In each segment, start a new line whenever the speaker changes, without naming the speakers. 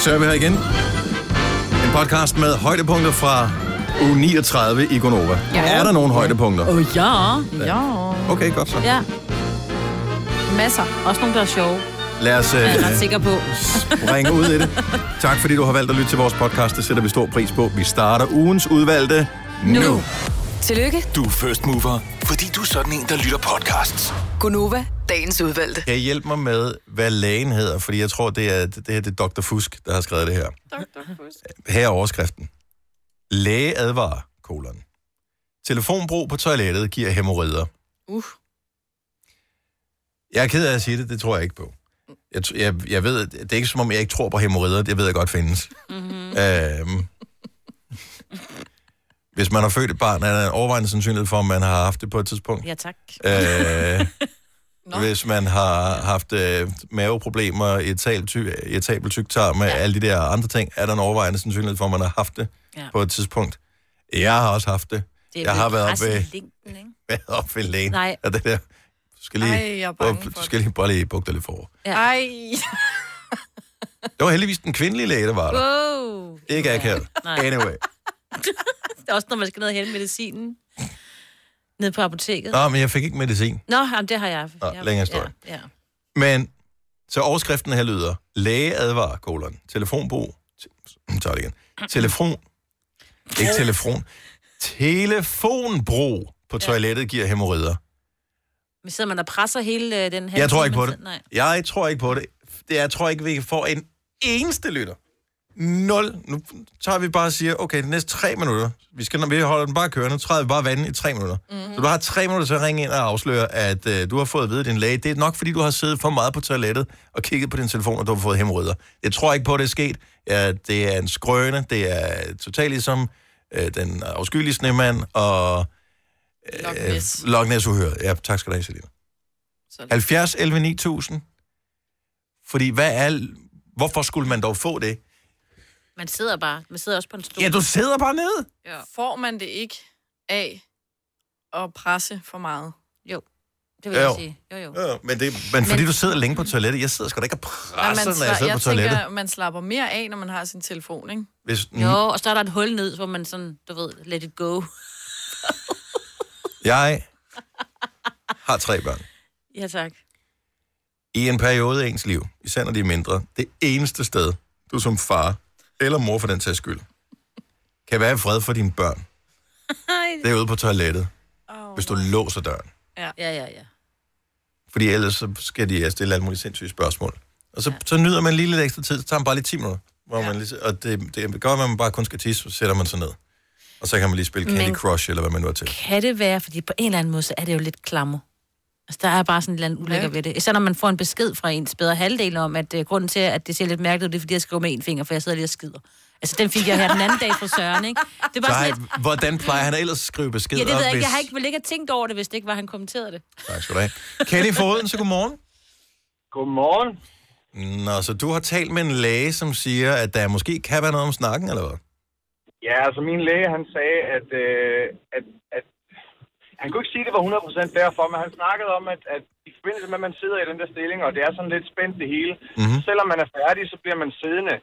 Så er vi her igen. En podcast med højdepunkter fra uge 39 i Gonova. Ja.
Ja.
Er der nogen højdepunkter?
Åh, oh, ja.
Ja.
Okay, godt så.
Ja. Masser. Også nogle, der er sjove,
Lad os
er jeg
øh,
ret sikker på.
ringe ud i det. Tak fordi du har valgt at lytte til vores podcast. Det sætter vi stor pris på. Vi starter ugens udvalgte nu. nu.
Tillykke,
Du er first mover, fordi du er sådan en, der lytter podcasts.
Gunova, dagens udvalgte.
Kan I hjælpe mig med, hvad lægen hedder? Fordi jeg tror, det er, det, her, det er Dr. Fusk, der har skrevet det her. Her er overskriften. Læge advarer, kolon. Telefonbrug på toilettet giver hemorrider.
Uh.
Jeg er ked af at sige det, det tror jeg ikke på. Jeg, t- jeg, jeg ved, det er ikke som om, jeg ikke tror på hemorrider, det ved jeg godt findes. Mm-hmm. Øhm, hvis man har født et barn, er der en overvejende sandsynlighed for, at man har haft det på et tidspunkt.
Ja, tak.
Øh, hvis man har haft øh, maveproblemer, irritabel ty, irritabel tyktarm med ja. alle de der andre ting, er der en overvejende sandsynlighed for, at man har haft det ja.
Ja.
på et tidspunkt. Jeg har også haft det.
Det
Jeg har været
presset
ved-
i Linken, ikke?
Været op ved lægen.
Nej.
Og det der, du skal lige,
Ej, jeg er bange
Åh,
for
du
det.
skal lige bare lige bukke dig lidt for.
Ej,
Det var heldigvis den kvindelige læge, der var der.
Wow.
Ikke akavet.
Nej.
Anyway.
Det er også, når man skal ned og hente medicinen. Ned på apoteket.
Nå, men jeg fik ikke medicin.
Nå, jamen, det har jeg.
Nå,
jeg
længere historie.
Ja, ja.
Men, så overskriften her lyder, læge advarer, kolon, telefonbrug, te- tager det igen, telefon, ikke telefon, telefonbrug på toilettet giver hemorrider.
Men sidder man og presser hele øh, den her...
Jeg tror ikke på
man
det.
sidder- Nej.
Jeg tror ikke på det. det jeg tror ikke, vi får en eneste lytter. Nul. Nu tager vi bare og siger, okay, de næste tre minutter, vi, skal, vi holder den bare kørende, træder vi bare vandet i tre minutter.
Mhm.
Mm-hmm. Så du har tre minutter til at ringe ind og afsløre, at øh, du har fået at vide af din læge. Det er nok, fordi du har siddet for meget på toilettet og kigget på din telefon, og du har fået hemorrider. Jeg tror ikke på, at det er sket. Ja, det er en skrøne. Det er totalt ligesom øh, den afskyelige snemand og
Loch
øh,
Ness.
Loch Ness Uhøret. Ja, tak skal du have, Selina.
Så-
70 11 9000. Fordi hvad er... Hvorfor skulle man dog få det?
Man sidder bare. Man sidder også på en stol.
Ja, du sidder bare nede.
får man det ikke af at presse for meget?
Jo, det vil jeg
Jo. Øh,
sige. Jo, jo.
Ja, men, det, men fordi du sidder længe på toilettet. Jeg sidder sgu da ikke og
Nej,
presser,
man,
når jeg
sla-
sidder på toilettet.
tænker, man slapper mere af, når man har sin telefon, ikke?
Hvis, mm,
Jo, og så er der et hul ned, hvor man sådan, du ved, let it go.
jeg har tre børn.
Ja, tak.
I en periode af ens liv, især når de er mindre, det eneste sted, du som far, eller mor for den sags skyld, kan være i fred for dine børn, det er ude på toilettet, oh, hvis du låser døren.
Ja, ja, ja.
Fordi ellers så skal de øh, stille alle mulige sindssyge spørgsmål. Og så, ja. så nyder man lige lidt ekstra tid, så tager man bare lige 10 minutter. Hvor ja. man lige, og det, det gør, at man bare kun skal tisse, så sætter man sig ned. Og så kan man lige spille Candy
Men-
Crush, eller hvad man nu er til.
Kan det være, fordi på en eller anden måde, så er det jo lidt klammer. Altså, der er bare sådan et eller andet ulækker ved det. Især når man får en besked fra ens bedre halvdel om, at uh, grunden til, at det ser lidt mærkeligt ud, det er, fordi jeg skriver med en finger, for jeg sidder lige og skider. Altså, den fik jeg her den anden dag fra Søren, ikke? Det er
Så
bare sådan
har,
lidt...
hvordan plejer han ellers at skrive beskeder?
Ja, det ved jeg ikke.
op,
Jeg
hvis-
har ikke, ville ikke have tænkt over det, hvis det ikke var, han kommenterede det.
Tak skal du have. Kenny Foden, så godmorgen.
Godmorgen.
Nå, så du har talt med en læge, som siger, at der måske kan være noget om snakken, eller hvad?
Ja, altså min læge, han sagde, at, øh, at, at han kunne ikke sige, at det var 100% derfor, men han snakkede om, at, at i forbindelse med, at man sidder i den der stilling, og det er sådan lidt spændt det hele, mm-hmm.
Mhm. Mm.
selvom man er færdig, så bliver man siddende,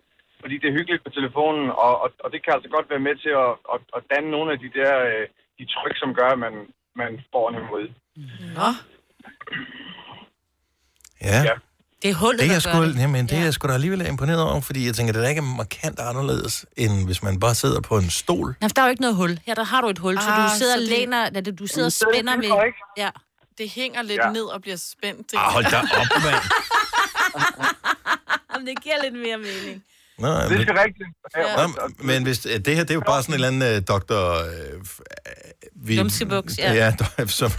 fordi det er hyggeligt på telefonen, og, og, og det kan altså godt være med til at, at, at danne nogle af de der øh, de tryk, som gør, at man, man får en imod.
Nå,
Ja.
Ja.
Det er hullet,
Det er,
der
jeg
gør
sgu,
det.
jamen, det er jeg sgu da alligevel imponeret over, fordi jeg tænker, det er da ikke markant anderledes, end hvis man bare sidder på en stol.
Nej, for der er jo ikke noget hul. Her der har du et hul, ah, så
Ah,
du sidder
så
og
det-
læner, nej, du sidder og
så er det
spænder
derfor,
med...
ikke?
Ja.
det hænger lidt
Ja.
ja. ned og bliver spændt.
Ah, hold da op, mand.
Jamen, det giver lidt mere mening.
Nå,
Det
men,
er rigtigt. Ja.
nå, men hvis, øh, det her, det er jo bare sådan en eller anden øh, doktor... Øh, f- øh, vi,
Lumsebuks, ja.
ja do- som,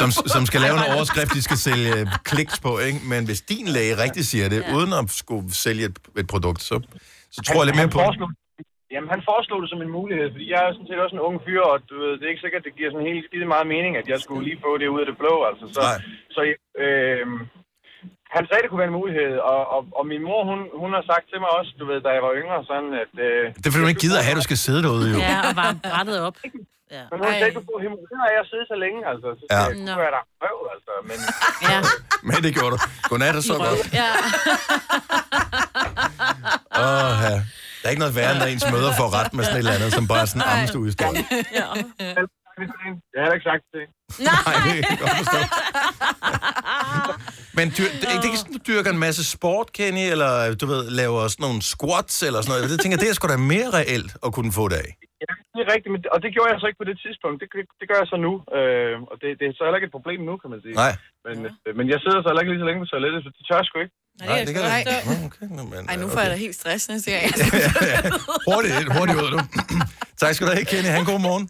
som, som skal lave en overskrift, de skal sælge øh, kliks på, ikke? Men hvis din læge rigtig siger det, ja. uden at skulle sælge et, et produkt, så, så tror jeg lidt mere
han
på det.
foreslog, Jamen, han foreslog det som en mulighed, fordi jeg er sådan set også en ung fyr, og du ved, det er ikke sikkert, det giver sådan helt skide meget mening, at jeg skulle lige få det ud af det blå, altså. Så,
Nej.
så øh, han sagde, det kunne være en mulighed, og, og, og min mor, hun, hun har sagt til mig også, du ved, da jeg var yngre, sådan at... Øh,
Det er fordi, du ikke gider at have, at du skal sidde derude, jo.
Ja, og varme brættet op. Ja.
Men hun sagde,
Ej.
du får hemorrider af at sidde så længe, altså. Så
Ja.
ja. det
Nå.
kunne være der røv, altså. Men
ja.
Men det gjorde du. Godnat og så godt.
Ja.
Åh, ja. Der er ikke noget værre, når ens møder får ret med sådan et eller andet, som bare er sådan en ammestuehistorie. Nej,
Jeg har heller ikke sagt det.
det kan jeg godt forstå. Men dyr, det, det er ikke sådan, du dyrker en masse sport, Kenny, eller du ved, laver sådan nogle squats eller sådan noget. Jeg tænker, det er sgu da mere reelt at kunne få det af.
Ja, det er rigtigt, men, og det gjorde jeg så ikke på det tidspunkt. Det, det, det gør jeg så nu, øh, og det, det er så heller ikke et problem nu, kan man sige.
Nej,
Men, øh, men jeg sidder så heller ikke lige så længe på toilettet, så det tør jeg sgu ikke.
nej, det kan jeg
Nej.
ikke. Nå, Okay, nå, men,
Ej, nu
øh,
får jeg da helt stress næste gang. jeg skal-
Hurtigt, ind, hurtigt ud, du. tak skal du have, Kenny. Han god morgen.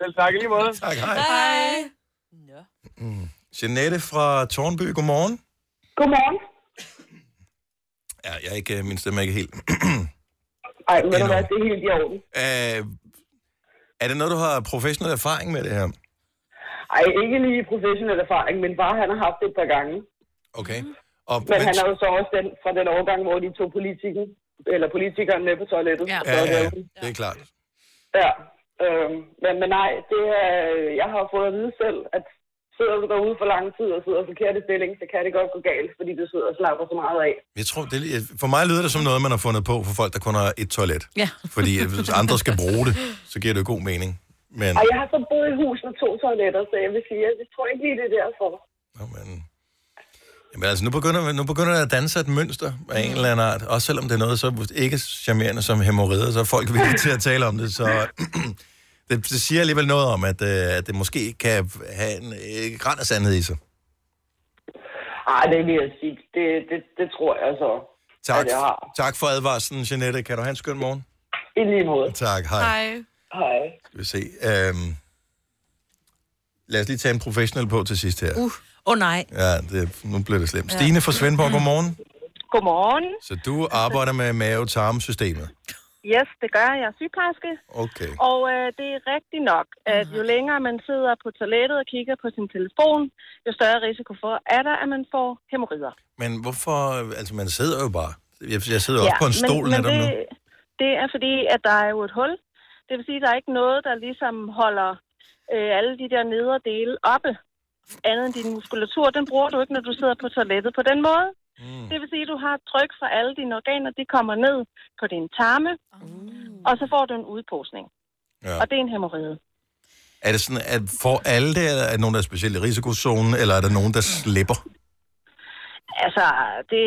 Selv tak i lige måde.
Tak, hej. Hej. Jeanette fra Tornby, godmorgen.
Godmorgen.
Ja, jeg er ikke, øh, min stemme er ikke helt.
Ej, men
Endnu.
du hvad, det er helt i orden.
Øh, er det noget, du har professionel erfaring med det her?
Ej, ikke lige professionel erfaring, men bare han har haft det et par gange.
Okay. Og,
Mm. Men han er jo så også den, fra den overgang, hvor de tog politikken, eller politikeren med på toilettet.
Ja.
Så,
ja, ja,
øh,
det er klart.
ja. Øhm, men, men nej, det er, jeg har fået at vide selv, at sidder du derude for lang tid og sidder forkert i stilling, så kan det godt gå galt, fordi du sidder og slapper så meget af.
Jeg tror, det, er lige- for mig lyder det som noget, man har fundet på for folk, der kun har et toilet.
Ja.
Fordi øh, hvis andre skal bruge det, så giver det jo god mening. Men,
Og jeg har så boet i hus med to toiletter, så jeg vil sige, at jeg tror ikke lige, det er derfor.
Nå, men... Jamen altså, nu begynder, nu begynder der at danse et mønster af en eller anden art. Også selvom det er noget så ikke charmerende som hemorrider, så er folk villige til at tale om det. Så det, det siger alligevel noget om, at, øh, at det måske kan have en øh, græn af sandhed i sig.
Ej, det vil jeg sige. Det, det, det tror jeg så.
Tak,
Ja, det har.
tak for advarslen, Jeanette. Kan du have en skøn morgen?
I lige måde.
Tak, hej.
Hej.
Hej.
Skal vi se. Øhm, lad os lige tage en professionel på til sidst her. Uh.
Åh oh, nej.
Ja, det, nu bliver det slemt. Stine fra Svendborg, godmorgen.
Godmorgen.
Så du arbejder med mave-tarmsystemet.
Yes, det gør jeg. Jeg er sygeplejerske.
Okay. Mhm.
Og øh, det er rigtigt nok, at jo længere man sidder på toilettet og kigger på sin telefon, jo større risiko for er der, at man får hemorrider.
Men hvorfor... Altså, man sidder jo bare. Jeg, jeg sidder jo også på en stol
men,
netop
men
nu.
det, det er fordi, at der er jo et hul. Det vil sige, at der er ikke noget, der ligesom holder øh, alle de der nedre dele oppe. Andet end din muskulatur, den bruger du ikke, når du sidder på toilettet på den måde. Mm. Det vil sige, at du har et tryk fra alle dine organer, de kommer ned på din tarme, og så får du en udposning.
Ja.
Og det er en hemorrhide.
Er det sådan, at for alle det, eller er der nogen, der er specielt i risikozonen, eller er der nogen, der slipper?
Altså, det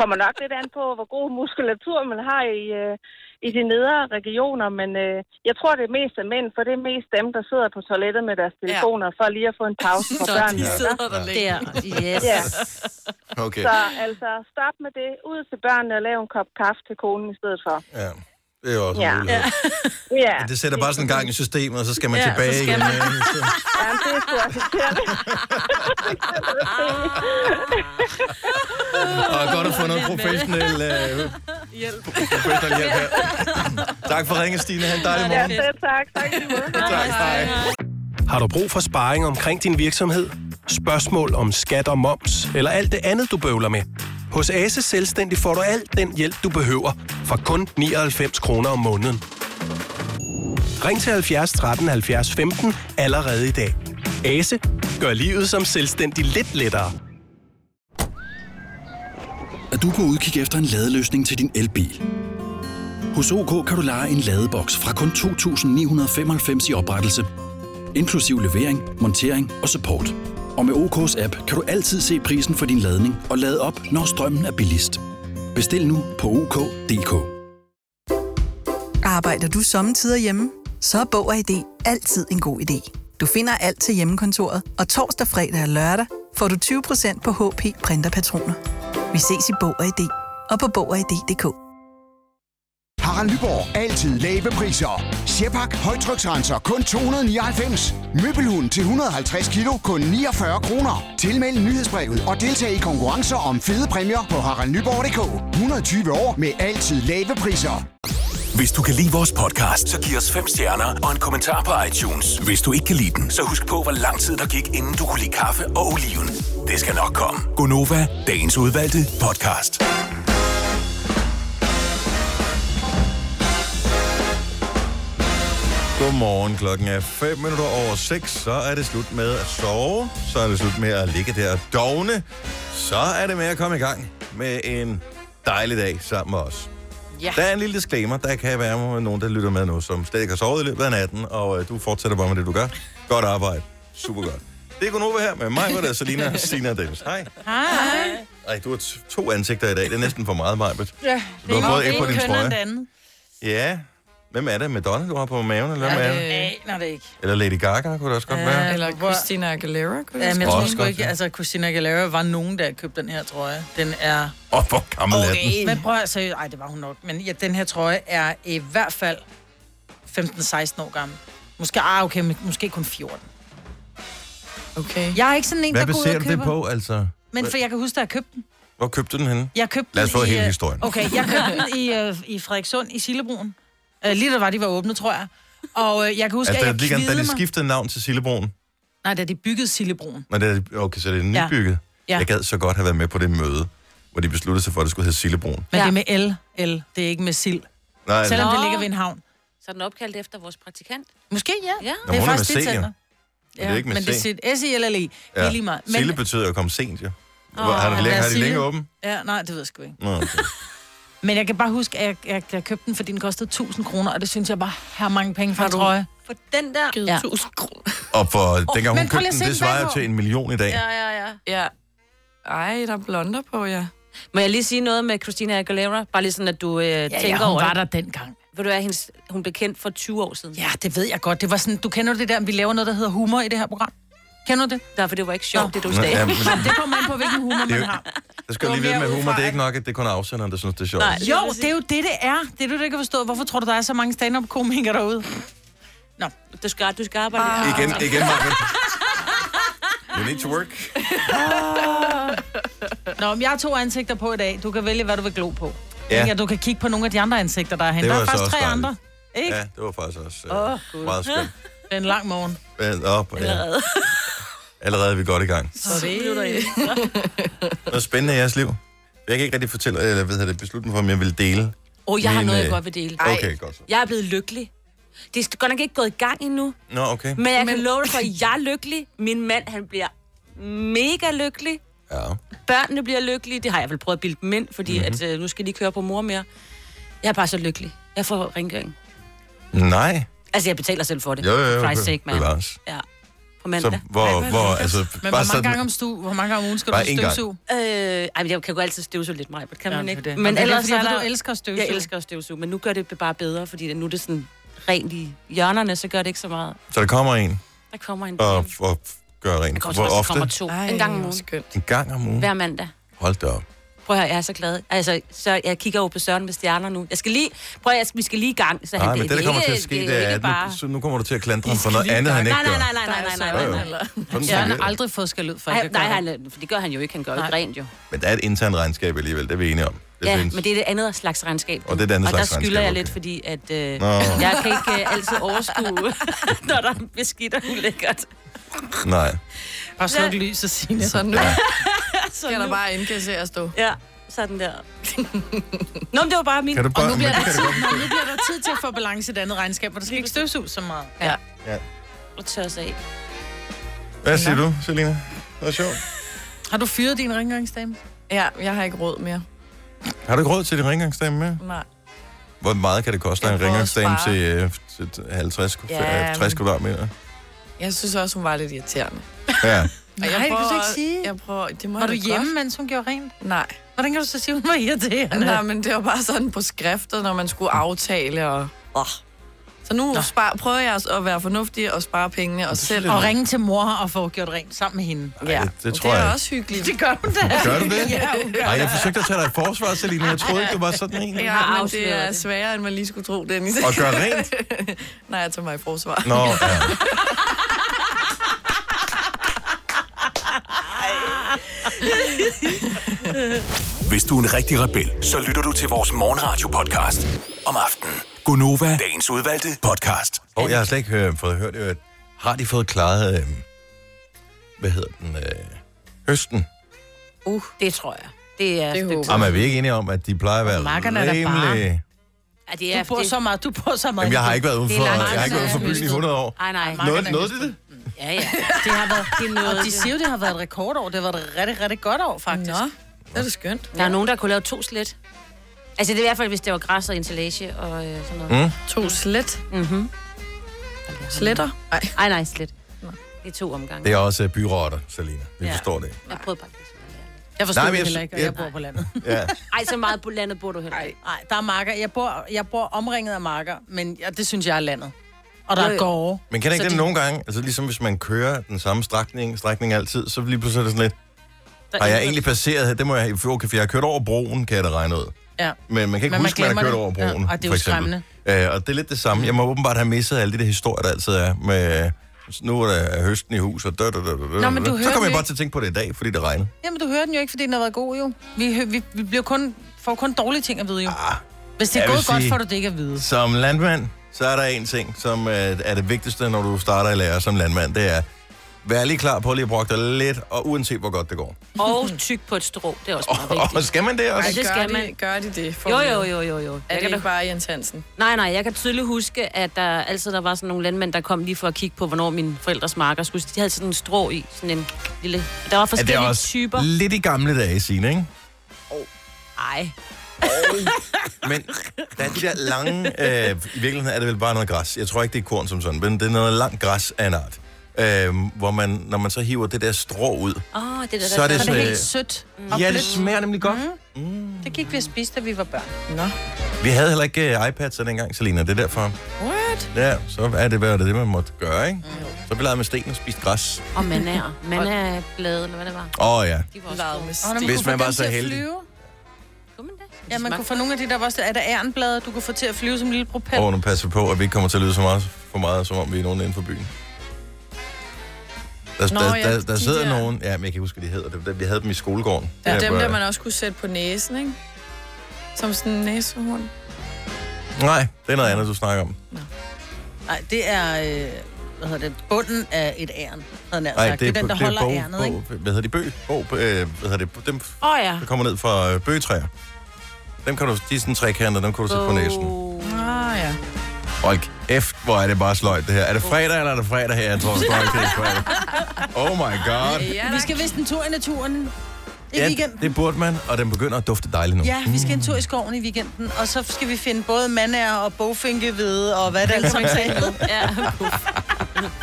kommer nok lidt an på, hvor god muskulatur man har i, øh, i de nedre regioner, men øh, jeg tror, det er mest af mænd, for det er mest dem, der sidder på toilettet med deres telefoner, for lige at få en pause fra
Så de
børnene.
sidder der længe.
Der. Yes.
Ja,
Okay.
så altså, stop med det. Ud til børnene og lav en kop kaffe til konen i stedet for.
Ja. Det er jo også en
Ja.
mulighed.
Ja,
Det sætter bare sådan en gang i systemet, og så skal man
Ja, så
tilbage
skal
igen.
man.
ja, så-
ja det er sgu også irriterende.
Og godt at få noget professionel øh, hjælp. Professionel hjælp her. tak for ringen, Stine. Ha' en dejlig
Ja,
morgen.
selv tak. Tak i lige måde.
Tak, hej.
Har du brug for sparring omkring din virksomhed? Spørgsmål om skat og moms, eller alt det andet, du bøvler med? Hos Ase Selvstændig får du alt den hjælp, du behøver, for kun 99 kroner om måneden. Ring til 70 13 70 15 allerede i dag. Ase gør livet som selvstændig lidt lettere.
Er du på udkig efter en ladeløsning til din elbil? Hos OK kan du lege en ladeboks fra kun 2.995 i oprettelse, inklusiv levering, montering og support. Og med OK's app kan du altid se prisen for din ladning og lade op, når strømmen er billigst. Bestil nu på OK.dk.
Arbejder du sommetider hjemme? Så er Bog og ID altid en god idé. Du finder alt til hjemmekontoret, og torsdag, fredag og lørdag får du 20% på HP printerpatroner. Vi ses i Bog og ID og på Bog og ID.dk.
Harald Nyborg. Altid lave priser. Sjehpak. Højtryksrenser. Kun 299. Møbelhund til 150 kilo. Kun 49 kroner. Tilmeld nyhedsbrevet og deltag i konkurrencer om fede præmier på haraldnyborg.dk. 120 år med altid lave priser.
Hvis du kan lide vores podcast, så giv os fem stjerner og en kommentar på iTunes. Hvis du ikke kan lide den, så husk på, hvor lang tid der gik, inden du kunne lide kaffe og oliven. Det skal nok komme. Gonova, dagens udvalgte podcast.
Godmorgen. Klokken er 5 minutter over 6. Så er det slut med at sove. Så er det slut med at ligge der og dogne. Så er det med at komme i gang med en dejlig dag sammen med os.
Ja.
Der er en lille disclaimer. Der kan være nogen, der lytter med nu, som stadig har sovet i løbet af natten, og øh, du fortsætter bare med det, du gør. Godt arbejde. Super godt. Det er Gunova her med mig, hvor der er Selina, Sina og Dennis. Hej.
Hej.
Ej, du har t- to ansigter i dag. Det er næsten for meget, Majbet.
Ja,
Du har fået et på din
køn
trøje.
og det andet.
Ja. Hvem er det? Madonna, du har på maven? Eller, hvem
Ja,
er
det
det?
aner det ikke.
eller Lady Gaga kunne det også godt være.
Ja, eller Christina Aguilera. Ja, men jeg
Også
tror
godt,
sgu ikke, altså Christina Aguilera var nogen, der købte den her trøje. Den er...
Åh, oh, hvor gammel er den?
Men prøv at seriøst, ej, det var hun nok. Men ja, den her trøje er i hvert fald 15-16 år gammel. Måske, ah, okay, men måske kun 14. Okay. Jeg er ikke sådan en,
Hvad
der går ud
baserer
og
du det
køber.
på, altså?
Men for jeg kan huske, da jeg købte den.
Hvor købte du den henne?
Jeg købte
Lad os
den
få
i,
hele
øh,
historien.
Okay, jeg købte den i, øh, i Frederikssund i Sillebroen. Øh, lige da var de var åbne, tror jeg. Og øh, jeg kan huske,
Altså,
at,
da,
jeg
lige, da
kvidede
de
mig.
skiftede navn til Sillebroen.
Nej, da de byggede Sillebroen.
Nå, det er, okay, så det er
Ja.
nybygget. Ja.
Ja.
Jeg gad så godt have været med på det møde, hvor de besluttede sig for, at det skulle hedde Sillebroen.
Men ja. det er med L. L. Det er ikke med sild.
Nej,
Selvom
nej.
det ligger ved en havn.
Så er den opkaldt efter vores praktikant?
Måske ja.
ja.
Nå, hun er med C, jo. Men det er ikke med
men
C.
det er S-I-L-L-E. Ja. Lige meget.
Men... Sille betyder at komme sent, jo.
Åh,
Oh, har, de
han
længe,
er
har de
Sille.
længe åben?
Ja, nej, det ved jeg sgu ikke.
Nå, okay.
Men jeg kan bare huske, at jeg, jeg, jeg købte den, fordi den kostede 1000 kroner, og det synes jeg bare har mange penge for en trøje.
For den der?
Ja. 1000 kroner.
Og for
Åh,
dengang
men
hun
prøv lige at
købte den,
se
det
den
svarer jo
bagpå.
til en million i dag. Ja.
ja, ja.
Ja. Ej, der er blonder på, ja.
Må jeg lige sige noget med Christina Aguilera? Bare lige sådan, at du øh, ja, tænker
ja, hun
over
var
det.
der dengang.
Ved du hvad, hendes, hun blev kendt for 20 år siden.
Ja, Ah, det ved jeg godt. Det var sådan, du kender det der, vi laver noget, der hedder humor i det her program. Kender du det?
Nej, for det var ikke sjovt, det du
Nå, sagde. ja, men-
det kommer an på, hvilken humor
Det er
man
jo-
har.
Der skal jeg lige vide med humor, det er ikke nok, at det kun er afsenderen, der synes, det er sjovt.
Nej, jo, det er jo det, det er. Det er det, du ikke kan forstå. Hvorfor tror du, der er så mange stand-up-komikere derude? Nå.
Du skal, du skal arbejde. Ah.
Igen, igen, Marvind. You need to work.
Nå, men jeg har to ansigter på i dag. Du kan vælge, hvad du vil glo på.
Ja.
Ja. Ikke? Og du kan kigge på nogle af de andre ansigter, der er
Det
henne.
var
Der er
så
faktisk
også
tre
dejligt.
andre. Ikke?
Ja, det var faktisk også
Åh,
øh, meget skønt.
Det er en lang morgen.
Men op, ja. Allerede er vi godt i gang.
Så det
Noget spændende i jeres liv. Jeg kan ikke rigtig fortælle, eller hvad hedder det, beslutte mig for, om jeg vil dele.
Åh, oh, jeg har
Men,
noget, jeg
øh,
godt vil dele.
Okay, godt så.
Jeg er blevet lykkelig. Det er godt nok ikke gået i gang endnu,
Nå, okay.
men jeg men... kan love dig for, at jeg er lykkelig. Min mand, han bliver mega lykkelig.
Ja.
Børnene bliver lykkelige. Det har jeg vel prøvet at bilde dem ind, fordi mm-hmm. at, øh, nu skal de køre på mor mere. Jeg er bare så lykkelig. Jeg får rengøring.
Nej.
Altså, jeg betaler selv for det.
Jo, jo,
For
jo, be-
Christ's sake, man.
bevares.
Ja. På mandag.
Så hvor- Ej, hvor er hvor- det? altså,
Men
bare
hvor mange,
sådan-
gange om stu, hvor mange gange om ugen skal
Bare
du
én gang.
støvsuge?
Øh, ej, men jeg kan jo altid støvsuge lidt mig, kan
Ja,
man
det er
ikke?
det. Men det er fordi, for du elsker at støvsuge.
Jeg elsker at støvsuge, men nu gør det bare bedre, fordi nu er det sådan rent i hjørnerne, så gør det ikke så meget.
Så der kommer en
Der kommer en.
og, og gør rent.
Jeg kommer
Hvor
også, der
ofte?
kommer to. Ej, en gang om ugen.
En gang om ugen.
Hver mandag.
Hold da op.
Prøv at høre, jeg er så glad. Altså, så jeg kigger jo på Søren med stjerner nu. Jeg skal lige, prøv at jeg skal, vi skal lige i gang. Så
Nej,
han,
men det, der kommer til at ske, det er,
Altså, ikke
at
bare...
nu, så nu kommer du til at klandre ham for noget andet, han ikke
nej, nej,
gør.
nej, nej, nej, nej, nej, nej, nej.
Sådan
Jeg
fungerer det.
har aldrig fået skal ud for,
Nej,
at
nej, han, for det gør han jo ikke. Han gør jo ikke rent, jo.
Men der er et internt regnskab alligevel, det er vi enige om. Det
ja,
findes.
men det er det andet slags regnskab.
Og det er det andet
og
slags
der skylder
regnskab,
jeg
okay.
lidt, fordi at, øh,
Nå.
jeg kan ikke øh, altid overskue, når der er beskidt og ulækkert.
Nej.
Bare sluk lyset, Signe.
Så nu
så
skal
nu.
der bare indkassere stå.
Ja, sådan der. Nå, men det var bare min...
Kan du bare-
Og nu bliver,
men
der
det kan
tid,
du godt
nej, nu bliver der tid til at få balance i det andet regnskab, hvor der skal ikke støvsuges så meget.
Ja.
Ja.
Og tør sig af.
Hvad siger du, Selina? Det var sjovt.
Har du fyret din rengøringsdame?
Ja, jeg har ikke råd mere.
Har du ikke råd til din rengøringsdame med?
Nej.
Hvor meget kan det koste dig en
prøver at
rengøringsdame
spare.
til, øh, til 50,
Ja,
ja, 60
men-
kvadratmeter?
Jeg synes også, hun var lidt irriterende.
Ja.
Og jeg
Nej, det kan du så
prøver-
ikke sige.
Jeg prøver, det må
Var
jeg
du
da
hjemme,
godt.
mens hun gjorde rent?
Nej.
Hvordan kan du så sige, hun var irriterende?
Nej, men det var bare sådan på skrifter, når man skulle aftale og... Oh. Så nu spar, prøver jeg også at være fornuftig og spare pengene og selv.
Og ringe til mor og få gjort rent sammen med hende.
Ja.
det
det,
tror
det er
jeg
også hyggeligt.
Det gør hun da.
Gør du det?
Ja, hun gør
Ej,
det.
jeg forsøgte at tage dig i forsvar, Selina. Jeg troede ikke, du var sådan en.
Ja, men det er sværere, end man lige skulle tro, Dennis.
Og gør rent?
Nej, jeg tager mig i forsvar.
Nå, ja.
Hvis du er en rigtig rebel, så lytter du til vores morgenradio-podcast om aftenen. Gunova, dagens udvalgte podcast.
Og jeg har slet ikke hørt, fået hørt, øh, har de fået klaret, øh, hvad hedder den, øh, høsten?
Uh, det tror jeg. Det er... Det
Jamen, er vi ikke enige om, at de plejer at være
Markerne er da
rimelig...
Ja, det er
Du bor
det-
så meget, du bor så meget.
Jamen, jeg har ikke været ude
udenfor.
for, jeg har ikke været ude for byen i 100 år.
Nej, nej.
Noget, noget det?
Ja, ja. Det har været... Det er noget,
Og de siger jo, det har været et rekordår. Det har været et rigtig, rigtig godt år, faktisk. Nå.
Det er da skønt.
Der er nogen, der kunne lave to slet. Altså, det er i hvert fald, hvis det var græs og ensilage og øh, sådan noget.
Mm. To slet?
Mhm.
Mm-hmm.
Sletter?
Nej. Nej, nej, slet. Det er to omgange.
Det er også øh, byrotter, Selina. Vi
Ja.
forstår det.
Jeg prøvede bare
Jeg forstår
Nej,
Nej, det
men jeg-
heller ikke, og
jeg-
jeg bor på landet.
Ja.
Ej, så meget på landet bor du heller ikke. Nej, der er marker. Jeg bor, jeg bor omringet af marker, men jeg, det synes jeg er landet. Og der
Jo,
er
jo.
gårde.
Men kan det ikke
Øh, Så
det nogle gange, altså ligesom hvis man kører den samme strækning, strækning altid, så lige pludselig er det sådan lidt,
Der
har
er
jeg
ingen-
egentlig passeret her? Det må jeg, okay, for jeg har kørt over broen, kan jeg da regne ud.
Ja.
Men man kan ikke
Men man
men huske, man har
glemmer
kørt
det.
over
Ja,
broen,
og det er jo
for eksempel. Øh, og det er lidt det samme. Jeg må åbenbart have misset alle de der historier, der altid er med... øh, Nu er der høsten i hus, og dø, dø, dø, dø, dø,
Nå, men du
dø. Så
hører den
kommer jeg bare
ikke.
til at tænke på det i dag, fordi det regner.
Jamen, du hører den jo ikke, fordi den har været god, jo. Vi, hø- vi, vi bliver kun, får kun dårlige ting at vide, jo. Ah, Hvis det er
jeg vil
gået godt,
sige-
får du det ikke at vide.
Som landmand, så er der en ting, som øh, er det vigtigste, når du starter i lære som landmand. Det er, vær lige klar på at lige at brokke dig lidt, og uanset hvor godt det går.
Og tyk på et strå, det er også meget vigtigt.
Og skal man det også?
Ej, det skal man.
Gør de det? for
Jo,
mig?
jo, jo, jo, jo. Jeg
Er det
kan da-
ikke bare Jens Hansen?
Nej, nej, jeg kan tydeligt huske, at der altid der var sådan nogle landmænd, der kom lige for at kigge på, hvornår mine forældres marker skulle. De havde sådan en strå i, sådan en lille... Der var
Er det
forskellige
også
typer.
lidt i gamle dage, Signe, ikke?
Ej.
Men der er de der lange... Øh, I virkeligheden er det vel bare noget græs. Jeg tror ikke, det er korn som sådan, men det er noget langt græs af en art. Øh, hvor man, når man så hiver det der strå ud...
Åh, oh, det
der- Så er Mm. det
så er
så-
det helt sødt.
Ja, det smager nemlig godt.
Mm. Mm. Det gik vi at spise, da vi var børn. Nå.
Vi havde heller ikke øh, iPads så dengang, Selina. Det er derfor.
What?
Ja, så er det, hvad det, er det man måtte gøre, ikke? Så vi legede med sten og spiste græs.
Og manær. Manærblade, eller hvad det var.
Åh oh, ja.
De var også gode.
Og når man
Hvis
kunne få
man var
dem
så
til at
heldig.
Flyve. Ja, man kunne få nogle af de der var også, er der ærenblade, du kunne få til at flyve som en lille propel.
Og nu passer vi på, at vi ikke kommer til at lyde så meget, for meget, som om vi er nogen inden for byen. Der,
Nå,
der,
ja,
der, der
de
sidder
der-
nogen... Ja, men jeg kan ikke huske, hvad de hedder. Det var- Vi havde dem i skolegården.
Det er
Ja,
dem,
børn.
der man også kunne sætte på næsen, ikke? Som sådan en næsehund.
Nej, det er noget andet, du snakker om.
Nej, det er, øh, hvad hedder det, bunden af et æren. havde jeg nær
Nej,
sagt. det er den, der holder
bog-
ærenet, ikke?
bog- Hvad hedder de? Bøg? Bog, øh, hvad hedder det? Dem,
Åh oh, ja.
der kommer ned fra øh, bøgetræer. Dem kan du, de er sådan trekantede, dem kan du sætte på næsen.
Ah, ja.
Hold kæft, hvor er det bare sløjt, det her. Er det fredag, eller er det fredag her? Jeg tror, det er fredag. Oh my god.
Vi skal vist en tur i naturen i
Ja,
weekenden.
det burde man, og den begynder at dufte dejligt nu. Mm.
Ja, vi skal en tur i skoven i weekenden, og så skal vi finde både mandær og bogfinkevede og hvad det alt sammen sagde.
ja,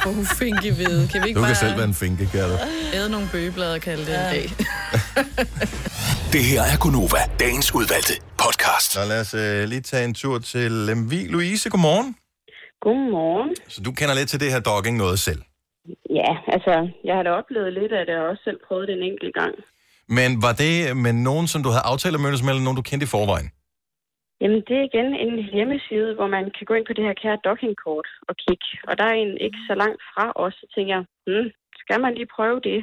Bogfinkevede. Kan vi ikke
Du kan
bare
selv være en finke, kan du?
æde nogle bøgeblade og kalde det en dag?
Det her er Gunova, dagens udvalgte podcast.
Så lad os øh, lige tage en tur til Lemvi. Louise, godmorgen.
Godmorgen.
Så du kender lidt til det her dogging noget selv.
Ja, altså, jeg har da oplevet lidt af det, og også selv prøvet det en enkelt gang.
Men var det med nogen, som du havde aftalt at mødes med, eller nogen, du kendte i forvejen?
Jamen, det er igen en hjemmeside, hvor man kan gå ind på det her kære dockingkort og kigge. Og der er en ikke så langt fra os, så tænker jeg, hmm, skal man lige prøve det?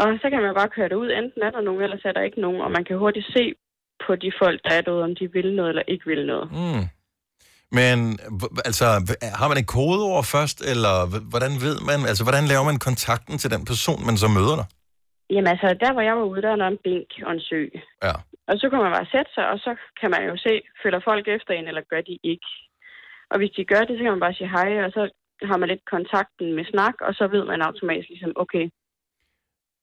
Og så kan man bare køre det ud. Enten er der nogen, ellers er der ikke nogen. Og man kan hurtigt se på de folk, der er derude, om de vil noget eller ikke vil noget.
Mm. Men h- altså, h- har man et kodeord først, eller h- hvordan ved man, altså hvordan laver man kontakten til den person, man så møder dig?
Jamen altså, der hvor jeg var ude, der er noget en bænk og en sø.
Ja.
Og så kunne man bare sætte sig, og så kan man jo se, følger folk efter en, eller gør de ikke. Og hvis de gør det, så kan man bare sige hej, og så har man lidt kontakten med snak, og så ved man automatisk ligesom, okay,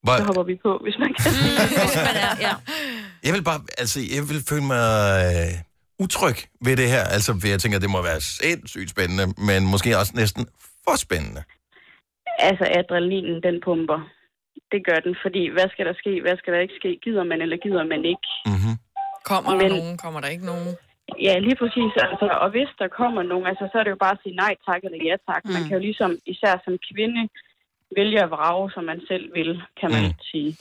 Hvor-
så hopper vi på, hvis man kan.
Jeg vil bare, altså jeg vil føle mig øh, utryg ved det her, altså for jeg tænker, det må være sindssygt spændende, men måske også næsten for spændende.
altså, adrenalinen, den pumper. Det gør den, fordi hvad skal der ske, hvad skal der ikke ske? Gider man, eller gider man ikke?
Kommer der
Men-
nogen? Kommer der ikke nogen?
Ja, lige præcis. Altså, og hvis der kommer nogen, altså, så er det jo bare at sige nej tak eller ja tak. Man
Mm.
kan jo ligesom, især som kvinde, vælge at vrage, som man selv vil, kan man mm. sige.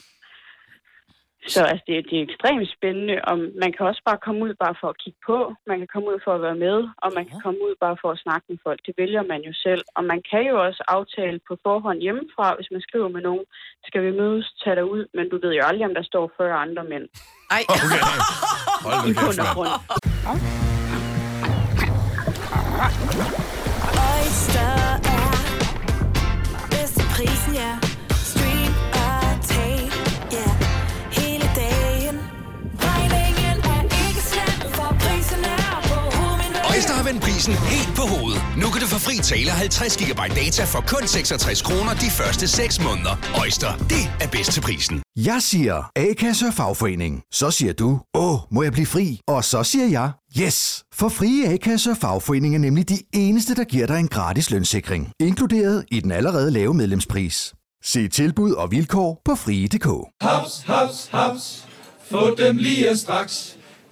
Så altså, det, det er ekstremt spændende, og man kan også bare komme ud bare for at kigge på, man kan komme ud for at være med, og man kan komme ud bare for at snakke med folk. Det vælger man jo selv. Og man kan jo også aftale på forhånd hjemmefra, hvis man skriver med nogen, skal vi mødes, tag dig ud, men du ved jo aldrig, om der står 40 andre mænd.
Ej.
Okay. Hold
I bund og grund.
Oyster er bedst til prisen, ja. Stream og tag, ja. Hele dagen. Regningen er ikke slem, for prisen er på hovedet.
Øjster har
Vend prisen helt på hovedet. Nu kan du få fri tale 50 GB data for kun 66 kroner de første 6 måneder. Øjster, det er bedst til prisen.
Jeg siger A-kasse og fagforening. Så siger du, åh, må jeg blive fri? Og så siger jeg, yes! For frie A-kasse og fagforening er nemlig de eneste, der giver dig en gratis lønssikring. Inkluderet i den allerede lave medlemspris. Se tilbud og vilkår på frie.dk.
Haps, haps, haps. Få dem lige straks.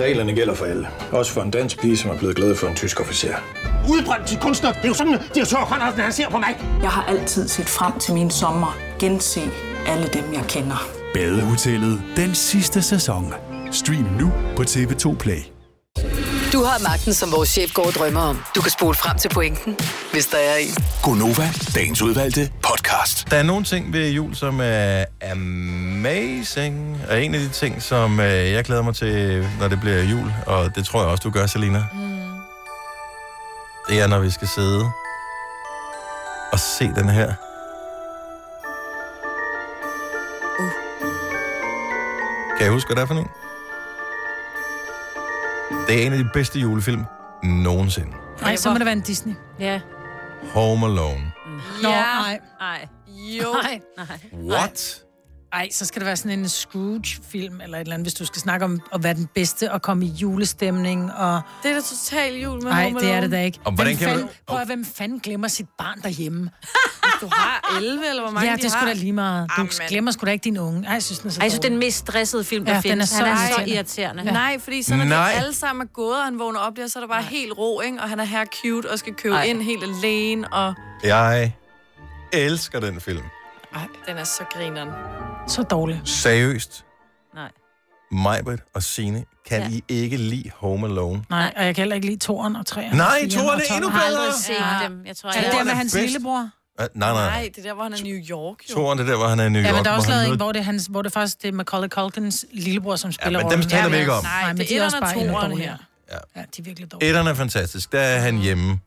Reglerne gælder for alle. Også for en dansk pige, som er blevet glad for en tysk officer.
Udbrøndt til kunstner. Det er jo sådan, at de har Conradsen, han ser på mig. Jeg har altid set frem til min sommer. Gense alle dem, jeg kender.
Badehotellet den sidste sæson. Stream nu på TV2 Play.
Du har magten, som vores chef går og drømmer om. Du kan spole frem til pointen, hvis der er en.
Gonova, dagens udvalgte podcast.
Der er nogle ting ved jul, som er amazing. Og en af de ting, som øh, jeg glæder mig til, når det bliver jul, og det tror jeg også, du gør, Selina, mm. det er, når vi skal sidde og se den her. Kan I huske, hvad det er for en? Det er en af de bedste julefilm nogensinde.
Nej, så må det være en Disney. Ja.
Home Alone.
Nå, nej.
Nej.
Jo. Nej, nej.
What?
Ej, så skal det være sådan en Scrooge-film eller et eller andet, hvis du skal snakke om at være den bedste og komme i julestemning. Og...
Det er da total jul med
Nej,
Home
det er
Alone.
det da ikke.
Og
hvem
hvordan kan man-
fanden, prøv at, hvem fanden glemmer sit barn derhjemme?
Du har 11, eller hvor mange
ja,
de
det
har?
skulle da lige meget. Du
Amen.
glemmer sgu da ikke din unge. Ej, jeg synes, den er så
Ej, jeg synes, det er den
dårlig.
mest stressede film, der
Ja,
findes.
den er så
han er så
irriterende.
irriterende.
Ja.
Nej, fordi så når
Nej.
de alle sammen er gået, og han vågner op der, så er der bare Nej. helt ro, ikke? Og han er her cute og skal købe Ej. ind helt alene, og
Jeg elsker den film.
Ej. den er så grineren.
Så dårlig.
Seriøst.
Nej.
Majbrit og Sine, kan ja. I ikke lide Home Alone?
Nej, og jeg kan heller ikke lide toren og træerne.
Nej, toeren er endnu
Jeg har
bedre.
aldrig set
Ja.
dem. Jeg tror,
Er
er
det
det
der
der med
er
hans
bedst?
lillebror?
Ah, Nej, nej. nej.
det er der, hvor han er i New York.
Toren, det er der, hvor han er i New York.
Ja, men der er også
hvor han
lavet en,
møder-
hvor det, er hans, hvor det faktisk det er Macaulay Culkins lillebror, som spiller
men dem
rollen.
taler vi ikke om.
Nej, nej men
det
det er
er
også bare
etteren og
endnu
toeren
dårligere. Ja. ja, de er virkelig dårlige.
Etteren er fantastisk. Der er han hjemme.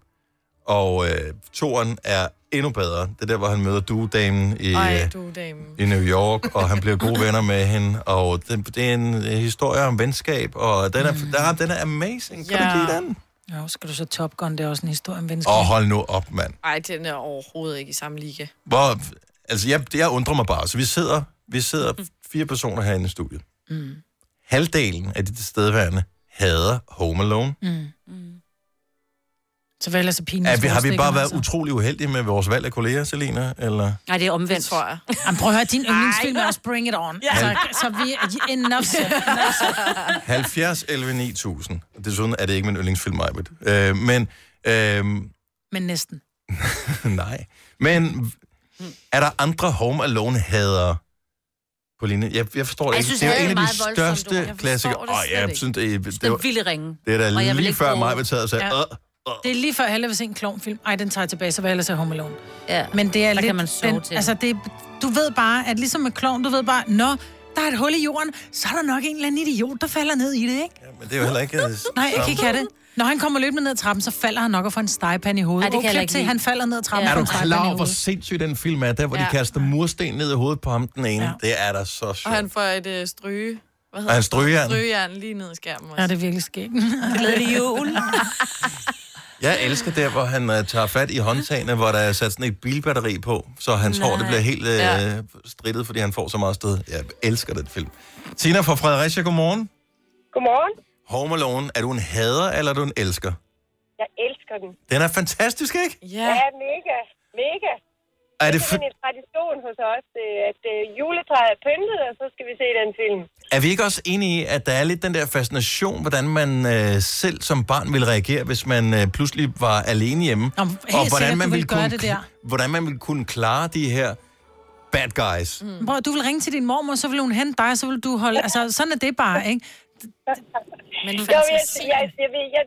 Og øh, toren er endnu bedre. Det er der, hvor han møder duedamen i,
Ej,
øh,
du dame.
i New York, og han bliver gode venner med hende. Og det, det er en øh, historie om venskab, og den er, mm. der, den er amazing. Kan ja. du lide den?
Ja, så skal du så Top Gun, det er også en historie om venskab.
Og hold nu op, mand.
Ej, den er overhovedet ikke i samme liga.
Hvor, altså, jeg, jeg undrer mig bare. Så vi sidder, vi sidder
Mm.
fire personer herinde i studiet.
Mm.
Halvdelen af de tilstedeværende hader Home Alone.
Mm. Så vel altså pinligt.
Er vi, har vi bare været
altså.
utrolig uheldige med vores valg af kolleger, Selina? Eller?
Nej, det er omvendt. Det tror jeg. Jamen, prøv at høre, din yndlingsfilm er også Bring It On. Ja. Så, så vi er enough said. Enough said.
70, 11, 9000. Og Desuden er det ikke min yndlingsfilm, Majbet. Øh, men, øh,
Men næsten.
nej. Men er der andre Home Alone-hadere på linje? Jeg, jeg forstår
Ej,
det
jeg
ikke.
synes,
det
det
er
er
jo en af de
meget voldsomt, du. Jeg
største
forstår
klassikere.
det
Åh,
slet
jeg
ikke.
synes, det, det, det,
Den
var-
ville ringe.
det er da
Og jeg vil
lige
ikke
før
bruge-
mig ved taget og sagde, ja.
Det er lige før jeg hellere vil se en klovnfilm. Ej, den tager jeg tilbage, så vil jeg hellere se Home Alone. Ja, Men det er
der
lidt...
kan man sove
den,
til.
Altså, det, du ved bare, at ligesom med klovn, du ved bare, når der er et hul i jorden, så er der nok en eller anden idiot, der falder ned i det, ikke?
men det er jo heller ikke... øh,
Nej, jeg kan ikke have det. Når han kommer løbende ned ad trappen, så falder han nok og får en stegepan i hovedet.
Ej,
Og
det kan jeg
klip
heller ikke
til,
lide.
han falder ned ad trappen
Er
og får
du
en stegepan i
klar over, hvor
hovedet.
sindssyg den film er? Der, hvor ja. de
Ja.
kaster mursten ned i hovedet på ham, den ene. Ja. Det er da så sjovt.
Og han får et øh, stryge... Hvad
han strygejern?
Strygejern lige ned i skærmen også.
Ja, det er virkelig skægt.
Glædelig
Mm.
jul.
Jeg elsker der, hvor han uh, tager fat i håndtagene, hvor der er sat sådan et bilbatteri på, så hans Nej. hår det bliver helt uh,
Ja.
ja. strittet, fordi han får så meget stød. Jeg elsker den film. Tina fra Fredericia, godmorgen.
Godmorgen.
Home Alone, er du en hader, eller er du en elsker?
Jeg elsker den.
Den er fantastisk, ikke?
Ja, ja mega. Mega.
Er det
er
f-
sådan en tradition hos os, øh, at øh, juletræet er pyntet, og så skal vi se den film.
er vi ikke også enige i, at der er lidt den der fascination, hvordan man øh, selv som barn ville reagere, hvis man øh, pludselig var alene hjemme?
Nå, helt sikkert, du ville gøre
kunne,
det der.
hvordan man ville kunne klare de her bad guys. Mm.
Mm. Bror, du vil ringe til din mormor, så vil hun hente dig, så vil du holde... Altså, sådan er det bare, ikke? Men
Jo, jeg, jeg,
fantasi.
jeg, jeg, ved- jeg,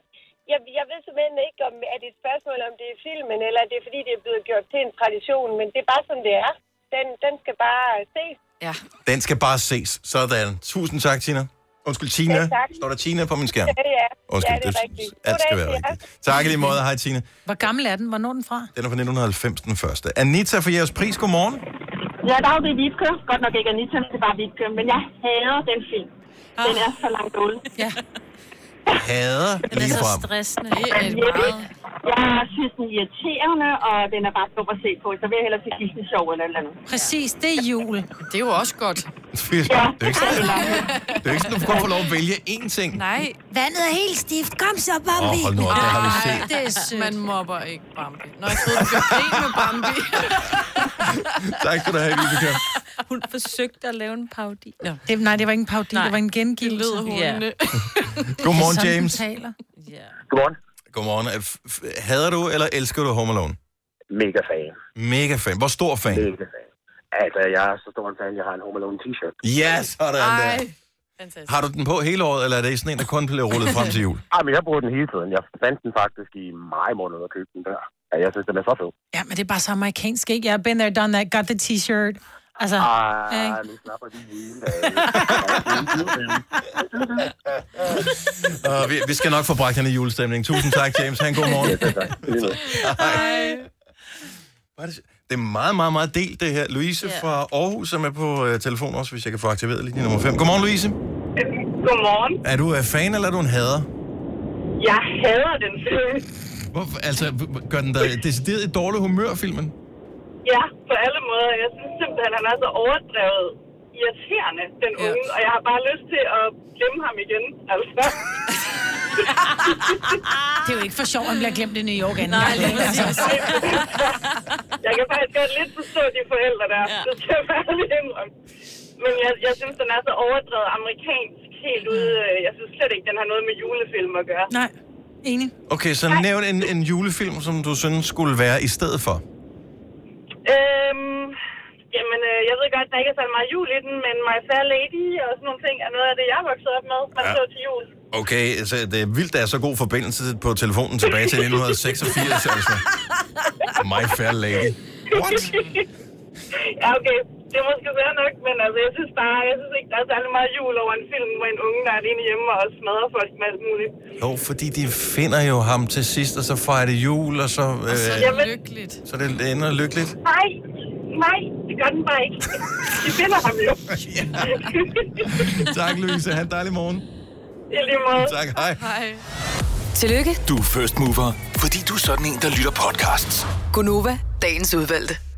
jeg, jeg ved simpelthen ikke, om er det et spørgsmål, om det er filmen, eller er det er, fordi det er blevet gjort til en tradition, men det er bare sådan, det er.
den, den skal bare ses.
Ja.
Den skal bare ses. Sådan. Tusind tak, Tina. Undskyld, Tina.
Selv tak.
Står der Tina på min skærm?
ja.
Undskyld,
ja, det er
det-
rigtigt.
Alt
Goddag
skal være
til jer.
rigtigt. Tak i lige måde. Hej, Tina.
Hvor gammel er den? Hvornår er den fra?
Den er fra 1990, den første. Anita for jeres pris. Godmorgen.
Ja, der er jo det Vibke. Godt nok ikke Anita, men det er bare Vibke. Men jeg hader den film. Den er så langt ude.
Ah. Ja.
Hader lige frem.
stressende.
øh,
Jeg synes, den er irriterende, og den er bare dum at se på. Så vil jeg hellere til Disney Show eller et eller andet.
Præcis, det er jul. Det er jo også godt.
Det er jo ikke sådan, det er jo ikke sådan, du kun får lov at vælge én ting.
Nej.
Vandet er helt stift. Kom så, Bambi.
Åh, hold nu op, det har vi set.
Ej, det er sødt. Man mobber ikke Bambi. Nå, jeg troede, du gjorde grin med Bambi.
Tak skal du have, Vibeke.
Hun forsøgte at lave en parodi. Ja. Det, nej, det var ikke en parodi, nej. det var en gengivelse. Det lød ja.
Godmorgen,
Sådan,
James.
den taler.
Godmorgen. Godmorgen. Er- f- f- Hader du eller elsker du Home Alone?
Mega fan.
Mega fan. Hvor stor fan?
Mega fan. Altså, jeg er så stor en fan, jeg har en Home Alone t-shirt.
Ja, sådan der.
Fantastisk.
Har du den på hele året, eller er det sådan en, der kun bliver rullet frem til jul?
Ej, Ah, men jeg bruger den hele tiden. Jeg fandt den faktisk i maj måned og købte den der. Ja, jeg synes, den er så fed.
Ja, men det er bare så amerikansk, ikke? Jeg har been there, done that, got the t-shirt. Altså,
Ej,
ikke?
nu slapper de hele
Og vi, vi skal nok få bragt hende i julestemning. Tusind tak, James. Ha' en god morgen. Ja, tak. Det er meget, meget, meget delt, det her. Louise
Ja.
fra Aarhus er med på øh, telefon også, hvis jeg kan få aktiveret linje nummer 5. Godmorgen, Louise.
Godmorgen.
Er du øh, fan, eller er du en hader?
Jeg hader den film.
Hvorfor? Altså, h- h- gør den dig decideret i dårlig humør, filmen?
Ja, på alle måder. Jeg synes simpelthen, han er så overdrevet irriterende, den unge. Og jeg har bare lyst til at glemme ham igen, altså.
Det er jo ikke for sjovt, at man bliver glemt i New York anden gang. ikke? Altså,
jeg kan faktisk godt lidt forstå de forældre der. Ja. Det skal jeg bare lige indrømme. Men jeg, jeg synes, den er så overdrevet amerikansk helt ude. øh, Jeg synes slet ikke, den har noget med julefilm at gøre.
Nej, enig.
Okay, så nævn en, en julefilm, som du synes skulle være i stedet for.
Øhm, jamen, øh, jeg ved godt, der ikke er så meget jul i den, men My Fair Lady og sådan nogle ting er noget af det, jeg er vokset op med. Man
Ja.
ja. så til jul.
Okay, altså, det er vildt, der er så god forbindelse på telefonen tilbage til 1986, altså. My fair lady. What?
ja, okay. Det er måske fair nok, men altså, jeg synes bare, jeg synes ikke, der er særlig meget jul over en film, hvor en unge, der er alene hjemme og smadrer folk med alt muligt.
Jo, fordi de finder jo ham til sidst, og så fejrer det jul, og så... Øh,
Altså, Jamen,
så det ender lykkeligt.
nej, nej, det gør den bare ikke. De finder ham jo.
tak, Louise. Ha' en dejlig morgen.
I lige måde.
Tak, hej.
Hej.
Tillykke.
Du er first mover, fordi du er sådan en, der lytter podcasts.
Gunova, dagens udvalgte.